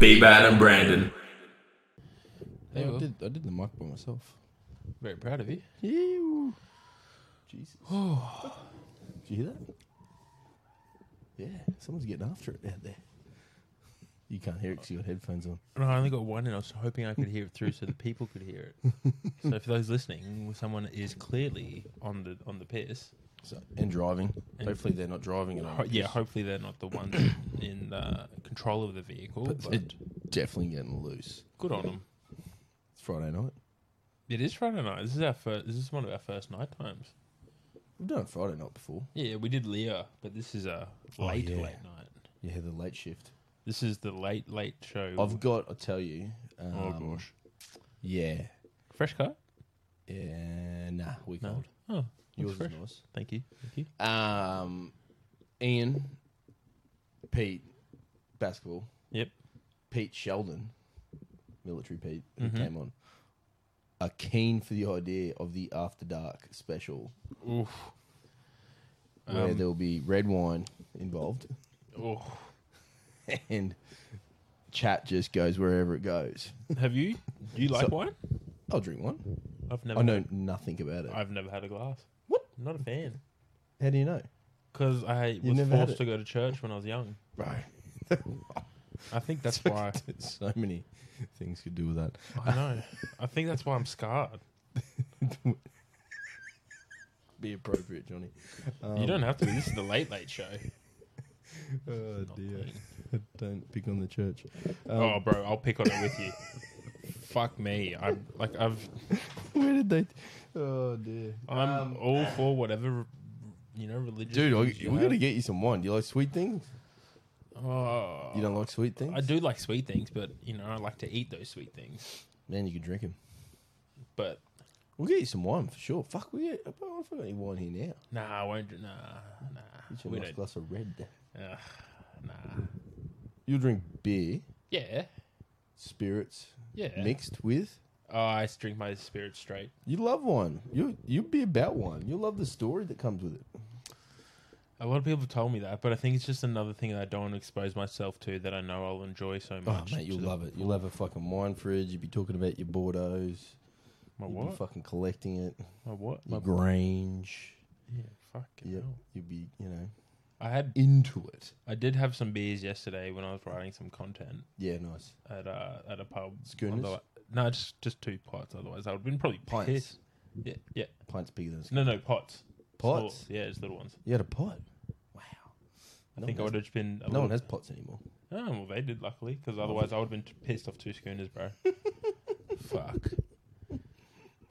T-Bad and Brandon. There you I go. did, I did the mic by myself. Very proud of you. Ew. Jesus. did you hear that? Yeah, someone's getting after it out there. You can't hear it because you got headphones on. No, I only got one, and I was hoping I could hear it through so the people could hear it. so for those listening, someone is clearly on the on the piss. So, and driving. And- Hopefully they're not driving. Ho- yeah, hopefully they're not the ones in uh, control of the vehicle. But, But it definitely getting loose. good on them. It's Friday night. It is Friday night. This is our first. This is one of our first night times. We've done a Friday night before. Yeah, we did Leah, but this is a Oh, late yeah. late night. Yeah, the late shift. This is the late late show. I've got, I tell you. Um, oh gosh, Yeah. fresh cut. Yeah, nah, week No. old. Oh, Yours yours is fresh. nice. Thank you. Thank you. Um, Ian, Pete, basketball. Yep. Pete Sheldon, military Pete, who Mhm. came on, are keen for the idea of the After Dark special, Oof. where Um, there will be red wine involved oh. and chat just goes wherever it goes. Have you? Do you like So- wine? I'll drink one. I've never. I know nothing about it. I've never had a glass. What? I'm not a fan. How do you know, Because I You was never had forced it? to go to church when I was young. bro? I think that's why. so many things could do with that. I know. I think that's why I'm scarred. Be appropriate, Johnny. Um, you don't have to. This is the late late show. Oh Not dear! clean. Don't pick on the church. Um, oh, bro, I'll pick on it with you. Fuck me. I'm like I've Where did they? Oh dear! I'm all for whatever you know religious. Dude, views I, Um, you we're gonna have. get you some wine. Do you like sweet things? Oh, You don't like sweet things? I do like sweet things, but you know I like to eat those sweet things. Man, you can drink them. But We'll get you some wine for sure. Fuck, we get, I don't got any wine here now. nah, I won't. do- Nah, nah. Get you a We nice don't. glass of red. Uh, nah. You'll drink beer, Yeah. spirits Yeah. mixed with. Oh, I just drink my spirit straight. You love wine. You you'd be about wine. You love the story that comes with it. A lot of people have told me that, but I think it's just another thing that I don't want to expose myself to that I know I'll enjoy so Oh, much. mate, you'll to the- love it. You'll have a fucking wine fridge. You'd be talking about your Bordeaux. My You'd be what? fucking collecting it. My what? Your My Grange. yeah, fucking Yep. hell. You'd be, you know, I had into it. I did have some beers yesterday when I was writing some content Yeah, nice. at uh, at a pub. Schooners? Otherwi- No, just just two pots. Otherwise, I would have been probably Pints. pissed. Yeah, yeah. Pints bigger than a No, no pots. Pots? Small- yeah, just little ones. You had a pot. Wow. I No think I one would have just been. No A one little- has pots anymore. Oh well, they did luckily because otherwise I would have been t- pissed off two schooners, bro. Fuck.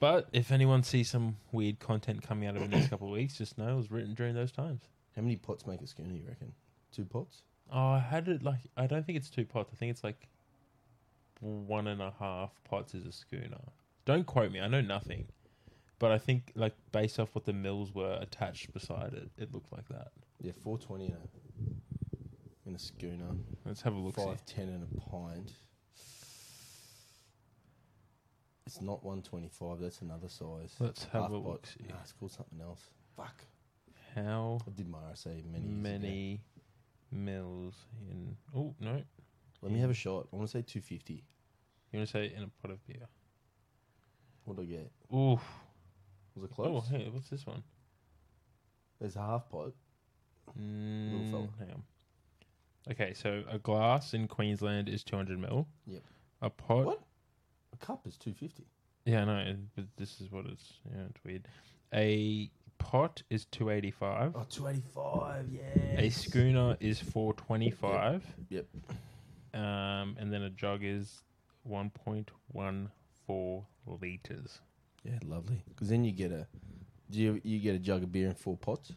But if anyone sees some weird content coming out of the next couple of weeks, just know it was written during those times. How many pots make a schooner, you reckon? Two pots? Oh, I had it like I don't think it's two pots. I think it's like one and a half pots is a schooner. Don't quote me. I know nothing, but I think like based off what the mills were attached beside it, it looked like that. Yeah, 420 in a, in a schooner. Let's have a look. see. 510 in a pint. It's not 125, that's another size. Let's have Half a pot. look. See. Nah, it's called something else. Fuck. How I did my RSA many years ago. many mills in? Oh no. Let me have a shot. I want to say 250. You want to say in a pot of beer? What did I get? Ooh. Was it Oh, close? hey, what's this one? There's a half pot. Mm, fella. hang on. Okay, so a glass in Queensland is 200 mil. Yep. A pot. What? A cup is 250. Yeah, no, but this is what it's. Yeah, it's weird. A pot is 285. Oh, 285, yeah. A schooner is 425. Yep. Um, and then a jug is 1.14 liters. Yeah, lovely. Because then you get a, do you you get a jug of beer in four pots?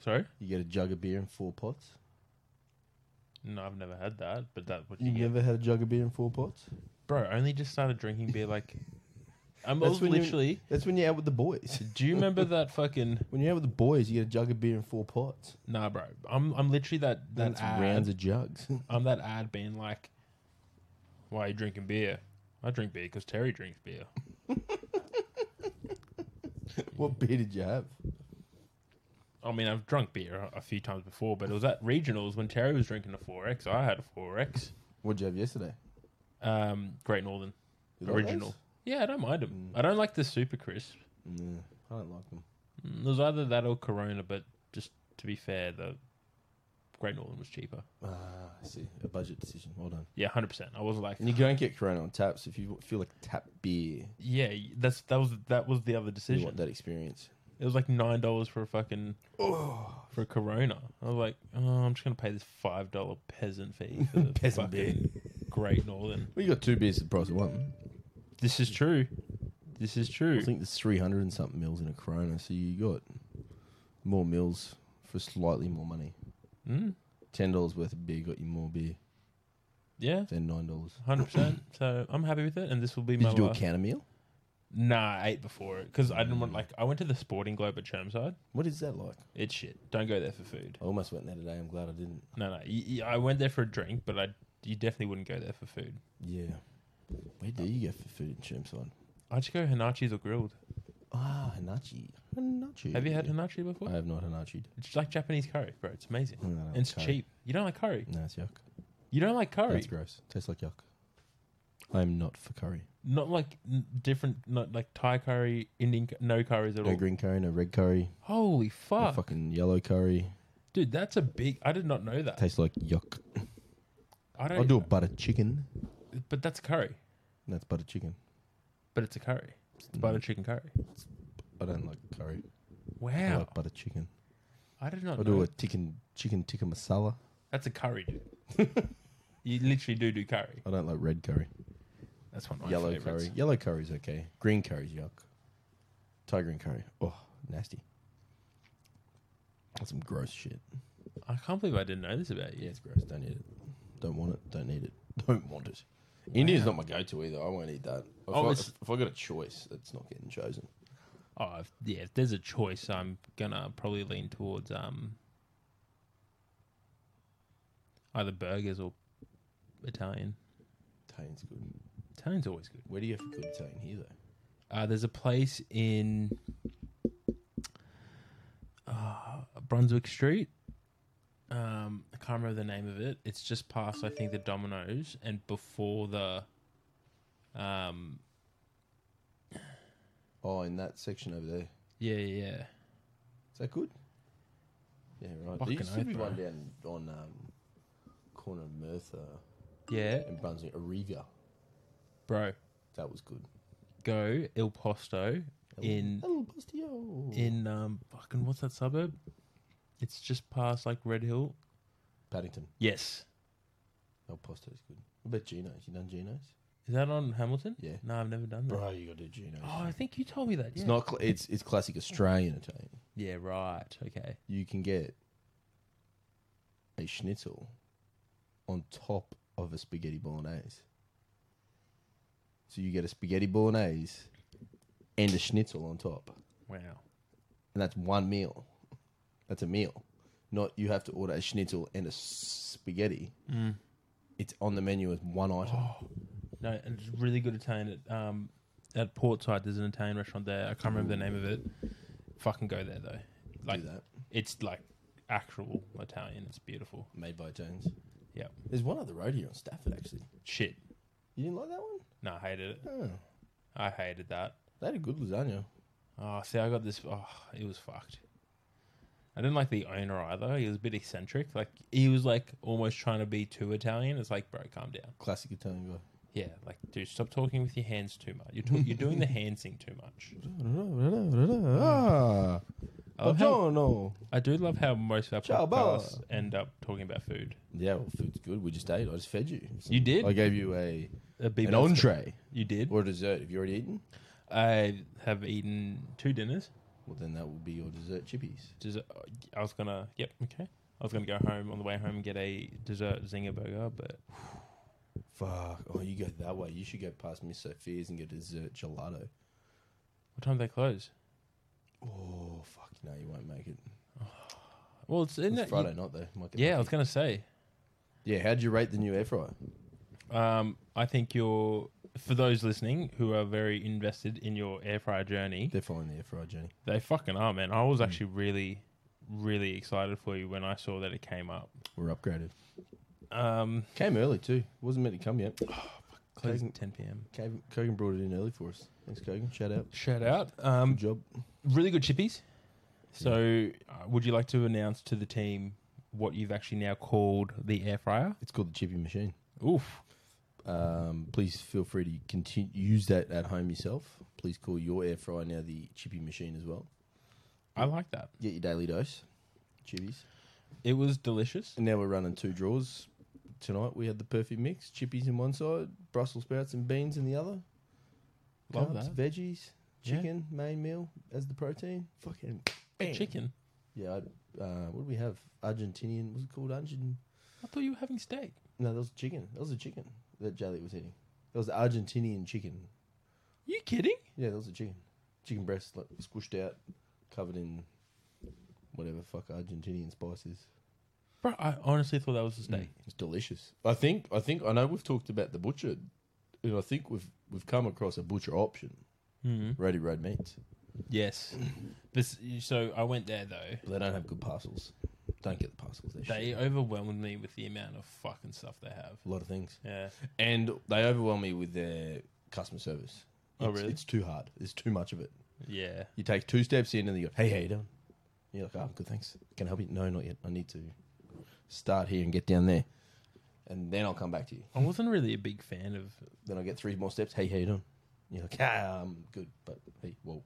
Sorry? You get a jug of beer in four pots. No, I've never had that, but that would You you get. never had a jug of beer in four pots? Bro, I only just started drinking beer like. I'm That's when you- literally. That's when you're out with the boys. Do you remember that fucking When you're out with the boys, you get a jug of beer in four pots. nah, bro? I'm I'm literally that Then that it's ad. rounds of jugs. I'm that ad being like, "Why are you drinking beer? I drink beer because Terry drinks beer. what beer did you have? I mean, I've drunk beer a few times before, but it was at regionals when Terry was drinking a 4x. I had a 4x. What'd you have yesterday? Um, Great Northern. You like Original. Yeah, I don't mind them. Mm. I don't like the super crisp. those? No, I don't like them. Mm, It was either that or Corona, but just to be fair, the Great Northern was cheaper. Ah, I see. A budget decision. Well done. Yeah, hundred percent. I was like, And you don't get Corona on taps if you feel like tap beer. yeah, that's that was that was the other You decision. want that experience. It was like nine dollars for a fucking for a Corona. I was like, oh, I'm just gonna pay this five dollar peasant fee for the Peasant fucking Great Northern. Well, you got two beers at the price of one. This is true. This is I true. think there's 300 and something mils in a Corona, so you got more mils for slightly more money. Mm, Ten dollars worth of beer got you more beer yeah, than nine dollars. hundred percent. So I'm happy with it, and this will be Did my you do a last- counter meal? Nah, I ate before it because I Mm. didn't want like I went to the Sporting Globe at Chermside. What is that like? It's shit. Don't go there for food. I almost went there today. I'm glad I didn't. No, no. Y- y- I went there for a drink, but I you definitely wouldn't go there for food. Yeah. Where do you go for food in Chermside? I just go Hanachi's or grilled. Ah, Hanachi. Hanachi. Have you had Hanachi before? I have not Hanachi. It's like Japanese curry, bro. It's amazing. No, no, And it's curry. cheap. You don't like curry. No, it's yuck. You don't like curry. That's gross. Tastes like yuck. I'm not for curry. Not like n- different, not like Thai curry, Indian, cu- no curries at No all. Ah. green curry, no red curry, Holy no fuck. fucking yellow curry. Dude, that's a big. I did not know that. Tastes like yuck. I don't. I'll do a butter chicken. But that's curry. That's butter chicken. But it's a curry. It's butter Mm. chicken curry. I don't like curry. I Wow. like butter chicken. I did not I'll know. do a chicken chicken tikka masala. That's a curry, dude. you literally do do curry. I don't like red curry. That's one of my Yellow favorites. curry. Yellow curry's okay. Green curry's yuck. Thai green curry. Oh, nasty. That's some gross shit. I can't believe I didn't know this about you. Yeah, it's gross. Don't eat it. Don't want it. Don't need it. Don't want it. India's Wow. not my go-to either. I won't eat that. If, Oh, I, it's- if, if I got a choice, it's not getting chosen. Oh, if, yeah. If there's a choice, I'm gonna probably lean towards um either burgers or Italian. Tain's good. Italian's always good. Where do you go for good tain here though? Uh, there's a place in uh, Brunswick Street. Um, I can't remember the name of it. It's just past, I think, the Domino's and before the um Oh, in that section over there. yeah yeah. yeah. Is that good? Yeah, right. Fucking there used to oath, be bro. one down on um, corner of Merthyr Yeah, and Brunswick, Ariga. bro. That was good. Go Il Posto in El Postio. in um fucking what's that suburb? It's just past like Red Hill. Paddington. Yes. El Posto's good. What about Geno's? You done Geno's? Is that on Hamilton? Yeah. No, I've never done that. Bro, you gotta do Geno's. Oh, I think you told me that. It's Yeah. not. Cl- it's it's classic Australian Italian. Yeah. Right. Okay. You can get a schnitzel on top of a spaghetti bolognese. So you get a spaghetti bolognese and a schnitzel on top. Wow. and that's one meal. That's a meal. Not you have to order a schnitzel and a spaghetti. Mm. Oh. It's on the menu as one item. No, and it's really good Italian at um at Portside. There's an Italian restaurant there. I can't remember the name of it. Fucking go there though. Like Do that. it's like actual Italian. It's beautiful. Made by Jones. Yep. There's one other road here on Stafford, actually. Shit. You didn't like that No, I hated it. one? Oh. I hated that. They had a good lasagna. Oh, see, I got this. Oh, it was fucked. I didn't like the owner either. He was a bit eccentric. Like he was like almost trying to be too Italian. It's like, bro, calm down. Classic Italian guy. Yeah, like, dude, stop talking with your hands too much. You're talk- you're doing the hand thing too much. Ah, I, love how- Buongiorno. I do love how most of our Ciao, podcasts boss. end up talking about food. Yeah, well, food's good. We just ate. I just fed you. You did? I gave you a It'd be an best- entree You did. or a dessert. Have you already eaten? I have eaten two dinners. Well, then that will be your dessert chippies. Dessert. I was gonna. Yep. Okay. I was gonna go home on the way home and get a dessert zinger burger, but Fuck. Oh, you go that way. You should go past Miss Sophia's and get a dessert gelato. what time do they close? Oh, fuck. No, you won't make it. Well, it's, isn't It's it- Friday night, though. Might get yeah, I was lucky. gonna say. Yeah, how'd you rate the new air fryer? Um, I think you're for those listening who are very invested in your air fryer journey. They're following the air fryer journey. They fucking are, man. I was actually really, really excited for you when I saw that it came up. We're upgraded. Um, Came early too. Wasn't meant to come yet. Clayton- closing at 10 p.m. Cogan, Cogan brought it in early for us. Thanks, Cogan. Shout out. Shout out. Good Um, job. really good chippies. So, uh, would you like to announce to the team what you've actually now called the air fryer? It's called the Chippy Machine. Oof. Um, please feel free to continue use that at home yourself. Please call your air fryer now the Chippy Machine as well. I like that. Get your daily dose, chippies. It was delicious. And now we're running two draws. Tonight we had the perfect mix: chippies in one side, Brussels sprouts and beans in the other. Love Carbs, that. Veggies, Yeah. chicken main meal as the protein. Fucking bam. Chicken. Yeah. I, uh, what do we have? Argentinian. Was it called Argentinian? I thought you were having steak. No, that was chicken. That was a chicken that Jalliet was eating. That was the Argentinian chicken. You kidding? Yeah, that was a chicken. Chicken breast, like squished out, covered in whatever fuck Argentinian spices. Bro, I honestly thought that was a Mm, steak. It's delicious. I think. I think. I know we've talked about the butcher, and I think we've we've come across a butcher option. Mm. Ready road meats, Yes. This, so I went there though. but they don't have good parcels. Don't get the parcels. They're They shit. overwhelmed me with the amount of fucking stuff they have. a lot of things, Yeah. and they overwhelm me with their customer service. Oh, It's- really? It's too hard. There's too much of it. Yeah. You take two steps in and you go, hey, how you doing? And you're like, oh, I'm good, thanks. Can I help you? No, not yet. I need to start here and get down there. And then I'll come back to you. I wasn't really a big fan of Then I'll get three more steps. Hey, how you doing? And you're like, ah, I'm good. But hey, well,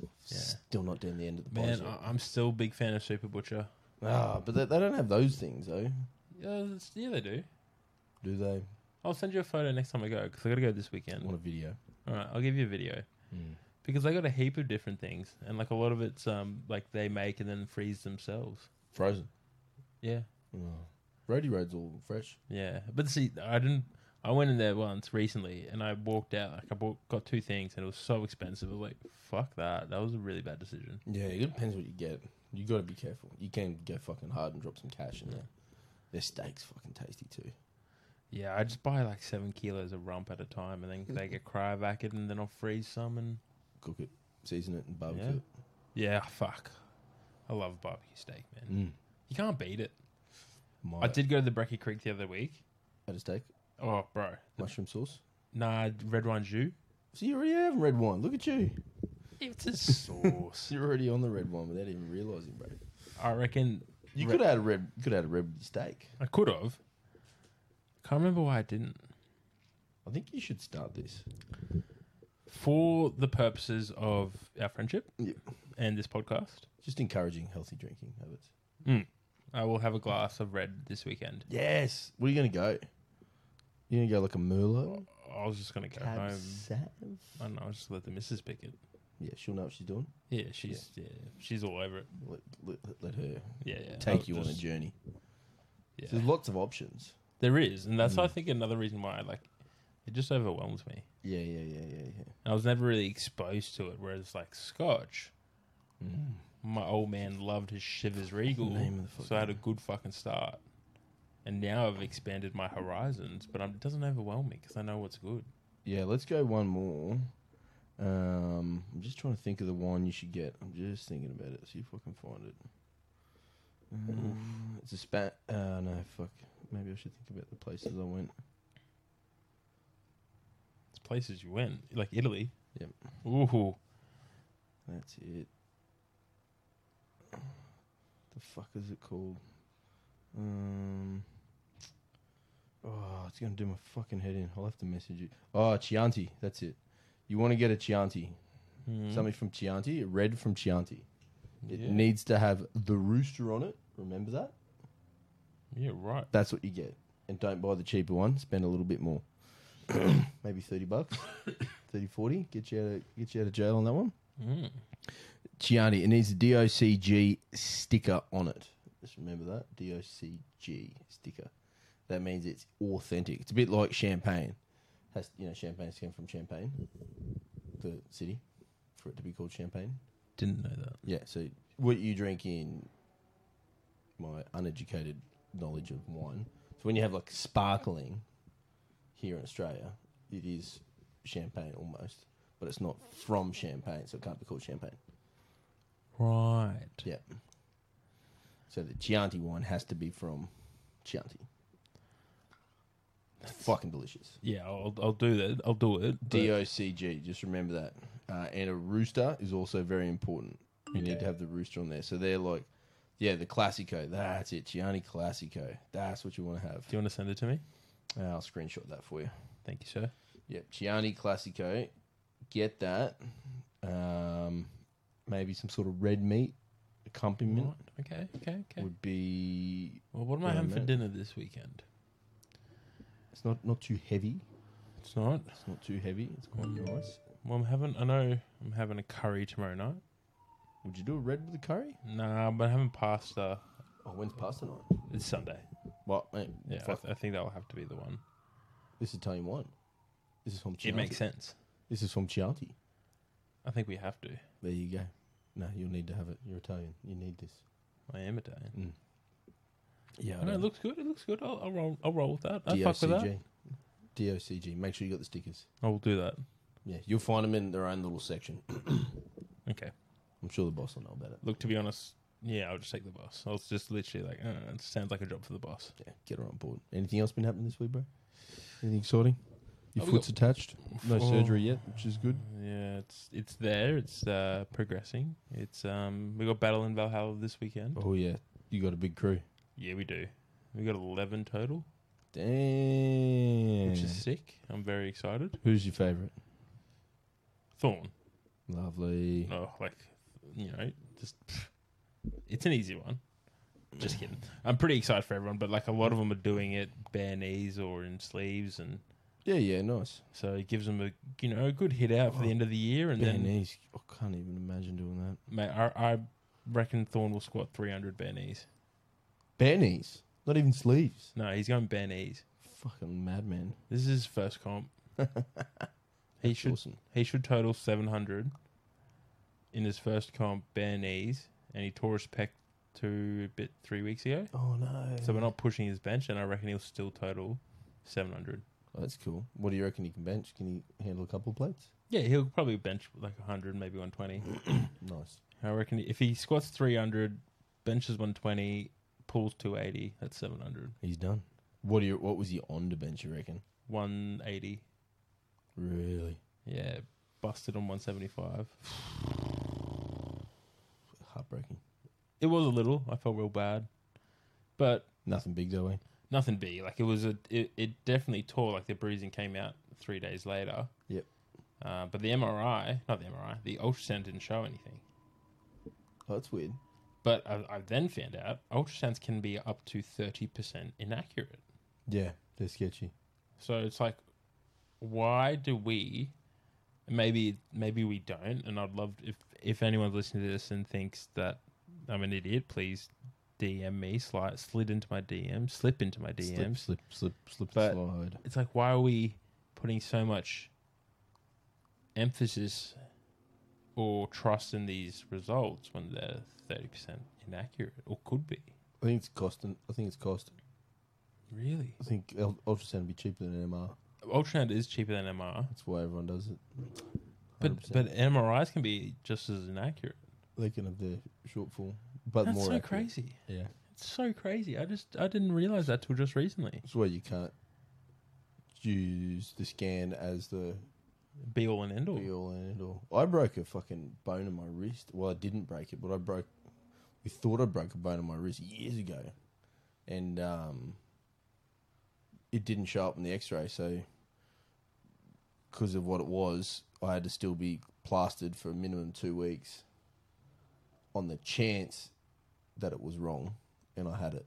Yeah. still not down the end of the Man, bars. I, I'm still a big fan of Super Butcher. Ah, but they, they don't have those things, though, Yeah, that's- yeah, they do. do they? I'll send you a photo next time I go because I gotta go this I weekend. want a video. All right, I'll give you a video Hmm. because I got a heap of different things and like a lot of it's um like they make and then freeze themselves. Frozen. Yeah, Oh. Roadie Road's all fresh. yeah. But see, I didn't. I went in there once recently and I walked out like I bought got two things and it was so expensive. I was like, fuck that. That was a really bad decision. Yeah, it depends what you get. You got to be careful. You can go fucking hard and drop some cash in there. Their steak's fucking tasty, too. Yeah, I just buy like seven kilos of rump at a time and then they get cryovac and then I'll freeze some and cook it, season it, and barbecue Yeah. it. yeah, fuck. I love barbecue steak, man. Mm. You can't beat it. My, I did go to the Brecky Creek the other week. Had a steak, Oh, bro. mushroom sauce. Nah, red wine jus. So you already have red wine. Look at you. It's a sauce. You're already on the red wine without even realizing, bro. I reckon You Re- could have had a red. You could have had a red steak. I could have. Can't remember why I didn't. I think you should start this. For the purposes of our friendship Yep. and this podcast, Just encouraging healthy drinking habits. I will have a glass of red this weekend. Yes. Where are you gonna go? You gonna go like a Merlot? I was just gonna go Cab home. Sav? I don't know. I'll just let the missus pick it. Yeah, she'll know what she's doing. Yeah, she's yeah. she's all over it. Let, let, let her Yeah, yeah. take I'll you on a just- journey. Yeah. There's lots of options. There is, and that's Mm. I think another reason why like it just overwhelms me. Yeah, yeah, yeah, yeah, yeah. I was never really exposed to it. Whereas like Scotch, Mm. my old man loved his Shivers Regal, Name of the so I had a fucking- good fucking start. And now I've expanded my horizons, but i it doesn't overwhelm me because I know what's good. Yeah, let's go one more. Um, I'm just trying to think of the one you should get. I'm just thinking about it. See if I can find it. Um, it's a spat. Uh, no, fuck. Maybe I should think about the places I went. It's places you went, like Italy. Yep. Ooh, That's it. The fuck is it called? Um. Oh, it's gonna do my fucking head in. I'll have to message you. Oh, Chianti. That's it. You want to get a Chianti? Mm. Something from Chianti. a Red from Chianti. It yeah. needs to have the rooster on it. Remember that? yeah, right. That's what you get. And don't buy the cheaper one. Spend a little bit more. Maybe 30 bucks. 30, 40. Get you, out of, get you out of jail on that one. Mm. Chianti, it needs a DOCG sticker on it. Just remember that. DOCG sticker. That means it's authentic. It's a bit like champagne. Has You know, champagne's came from Champagne, the city, for it to be called Champagne. Didn't know that. Yeah. So what you drink in my uneducated knowledge of wine. So when you have like sparkling here in Australia, it is champagne almost, but it's not from champagne, so it can't be called champagne. Right. So the Chianti wine has to be from Chianti. It's fucking delicious. Yeah, I'll, I'll do that. I'll do it. but- D O C G. Just remember that. Uh, and a rooster is also very important. You Yeah. need to have the rooster on there. So they're like, yeah, the Classico. That's it. Gianni Classico. That's what you want to have. do you want to send it to me? Uh, I'll screenshot that for you. Thank you, sir. Yep, Gianni Classico. Get that. Um, maybe some sort of red meat accompaniment Right. Okay, okay, okay. would be. Well, what am I Yeah, having for mate. dinner this weekend? It's not not too heavy. It's not. It's not too heavy. It's quite Mm. nice. Well, I'm having. I know I'm having a curry tomorrow night. Would you do a red with a curry? Nah, but I'm having pasta. Oh, when's pasta night? It's Sunday. Well, mate, Yeah, I, fuck, th- I think that will have to be the one. this is Italian wine. This is from Chianti. It makes sense. This is from Chianti. I think we have to. There you go. No, you'll need to have it. You're Italian. You need this. I am Italian. Mm. Yeah, I know it looks good. It looks good. I'll, I'll roll. I'll roll with that. I fuck with that. DOCG. DOCG. Make sure you got the stickers. I will do that. Yeah, you'll find them in their own little section. Okay. I'm sure the boss will know about it. Look, to be honest, yeah, I'll just take the boss. I was just literally like, uh, it sounds like a job for the boss. Yeah, get her on board. Anything else been happening this week, bro? Anything exciting? Your Oh, we foot's attached. No Oh. surgery yet, which is good. Yeah, it's it's there. It's uh, progressing. It's um, we got Battle in Valhalla this weekend. Oh yeah, you got a big crew. Yeah, we do. We got eleven total, Damn. which is sick. I'm very excited. Who's your favorite? Thorn. Lovely. Oh, like you know, just it's an easy one. Just kidding. I'm pretty excited for everyone, but like a lot of them are doing it bare knees or in sleeves, and Yeah, yeah, nice. so it gives them a you know a good hit out for the end of the year. And Oh. Bare then, knees. I can't even imagine doing that. mate, I, I reckon Thorn will squat 300 bare knees. Bare knees. Not even sleeves. No, he's going bare knees. Fucking madman. This is his first comp. he That's should awesome. he should total 700 in his first comp bare knees, and he tore his pec two bit three weeks ago. Oh no. So we're not pushing his bench, and I reckon he'll still total 700. Oh, That's cool. What do you reckon he can bench? Can he handle a couple of plates? Yeah, he'll probably bench like 100, maybe 120. Nice. I reckon if he squats 300, benches 120, pulls 280, that's 700. He's done. What do you? What was he on to bench? You reckon? 180, Really yeah, busted on 175. heartbreaking. It was a little. I felt real bad, but Nothing big though. Eh? nothing big. Like it was a, it, it definitely tore. Like the bruising came out three days later. Yep. Uh, but the MRI, not the MRI, the ultrasound didn't show anything. Oh, that's weird. But I, I then found out ultrasounds can be up to 30% inaccurate. Yeah, they're sketchy. So it's like, why do we? Maybe maybe we don't. And I'd love if if anyone's listening to this and thinks that I'm an idiot, please DM me. Slide slid into my DM, slip into my DMs. Slip, slip, slip, slip, But- slide. It's like why are we putting so much emphasis or trust in these results when they're thirty percent inaccurate or could be? I think it's costing. I think it's cost. Really? I think ul- ultrasound would be cheaper than an MR. Ultrasound is cheaper than MR, That's why everyone does it. but 100%. but MRIs can be just as inaccurate. they can have their shortfall, but That's more so accurate. crazy. Yeah, It's so crazy. I just I didn't realize that till just recently. that's why you can't use the scan as the Be all and end all. be all and end all. I broke a fucking bone in my wrist. Well, I didn't break it, but I broke. We thought I broke a bone in my wrist years ago, and um, it didn't show up in the X-ray. So, because of what it was, I had to still be plastered for a minimum two weeks, on the chance that it was wrong, and I had it.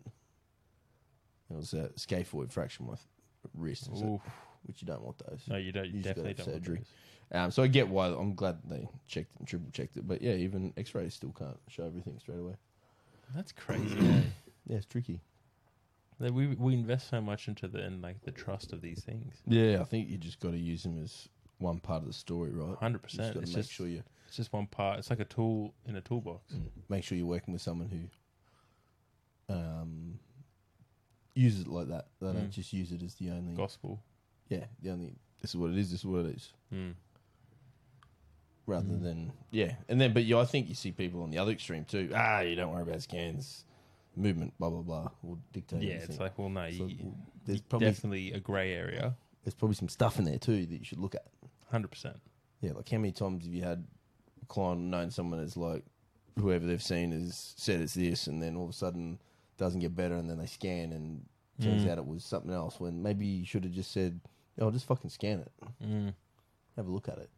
It was a scaphoid fracture in my wrist, so- Oof. which you don't want those. No, you don't. You You just gotta definitely have don't. want surgery. those. Um, so I get why. I'm glad they checked it and triple checked it. But yeah, even X-rays still can't show everything straight away. That's crazy. eh? Yeah, it's tricky. That we we invest so much into the in like the trust of these things. Yeah, I think you just got to use them as one part of the story, right? Hundred You just percent. got It's to make just sure you it's just one part. It's like a tool in a toolbox. make sure you're working with someone who um uses it like that. They Mm. don't just use it as the only. Gospel. Yeah, the only. This is what it is. This is what it is. Mm. rather Mm. than yeah. And then, but yeah, I think you see people on the other extreme too. Ah, you don't worry about scans. movement, blah blah blah, will dictate. yeah, everything. it's like, well, no, So you, there's you probably definitely a grey area, there's probably some stuff in there too that you should look at. hundred percent. Yeah, like how many times have you had a client known someone that's like whoever they've seen has said it's this, and then all of a sudden doesn't get better, and then they scan and turns out it was something else when maybe you should have just said, "Oh, just fucking scan it, Mm. have a look at it."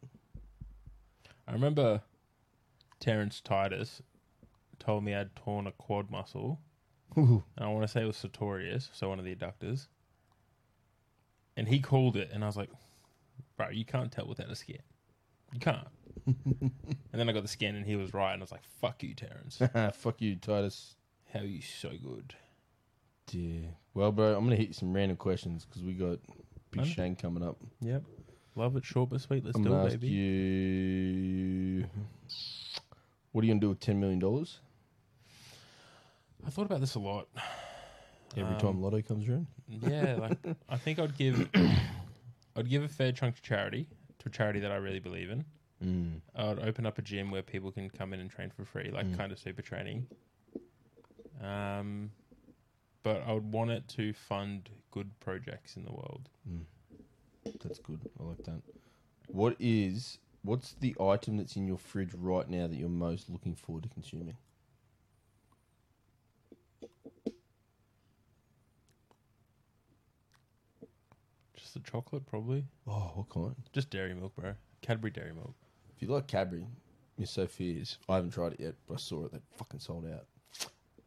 I remember Terence Titus told me I'd torn a quad muscle. And I want to say it was sartorius, so one of the adductors. And he called it, and I was like, bro, you can't tell without a scan. You can't. and then I got the scan, and he was right. And I was like, fuck you, Terence. Fuck you, Titus. How are you so good? Yeah. Well, bro, I'm gonna hit you some random questions because we got Big Okay. Shane coming up. Yep. Love it, short but sweet. Let's I'm do gonna it, ask baby. you, what are you gonna do with ten million dollars I thought about this a lot. every Um, time Lotto comes around? Yeah, like I think I'd give I'd give a fair chunk to charity, to a charity that I really believe in. Mm. I'd open up a gym where people can come in and train for free, like Mm. kind of super training. Um, but I would want it to fund good projects in the world. Mm. That's good. I like that. What is what's the item that's in your fridge right now that you're most looking forward to consuming? Just the chocolate, probably. Oh, what kind? Just dairy milk, bro. Cadbury dairy milk. If you like Cadbury, Miss Sophia's. I haven't tried it yet, but I saw it. They fucking sold out.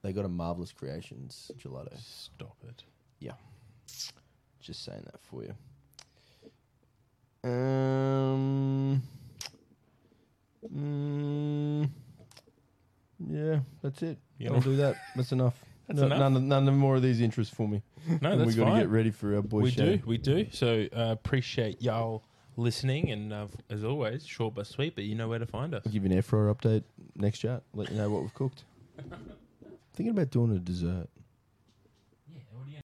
They got a marvelous creations gelato. Stop it. Just saying that for you. Um. mm, yeah, that's it. Yeah. I'll do that. That's enough. That's No- enough. None, of, none of more of these interests for me. No, and that's we got to fine. get ready for our boy. we Shane. do, we do. So uh, appreciate y'all listening, and uh, as always, short but sweet. But you know where to find us. I'll give you an air fryer update next chat. Let you know what we've cooked. Thinking about doing a dessert.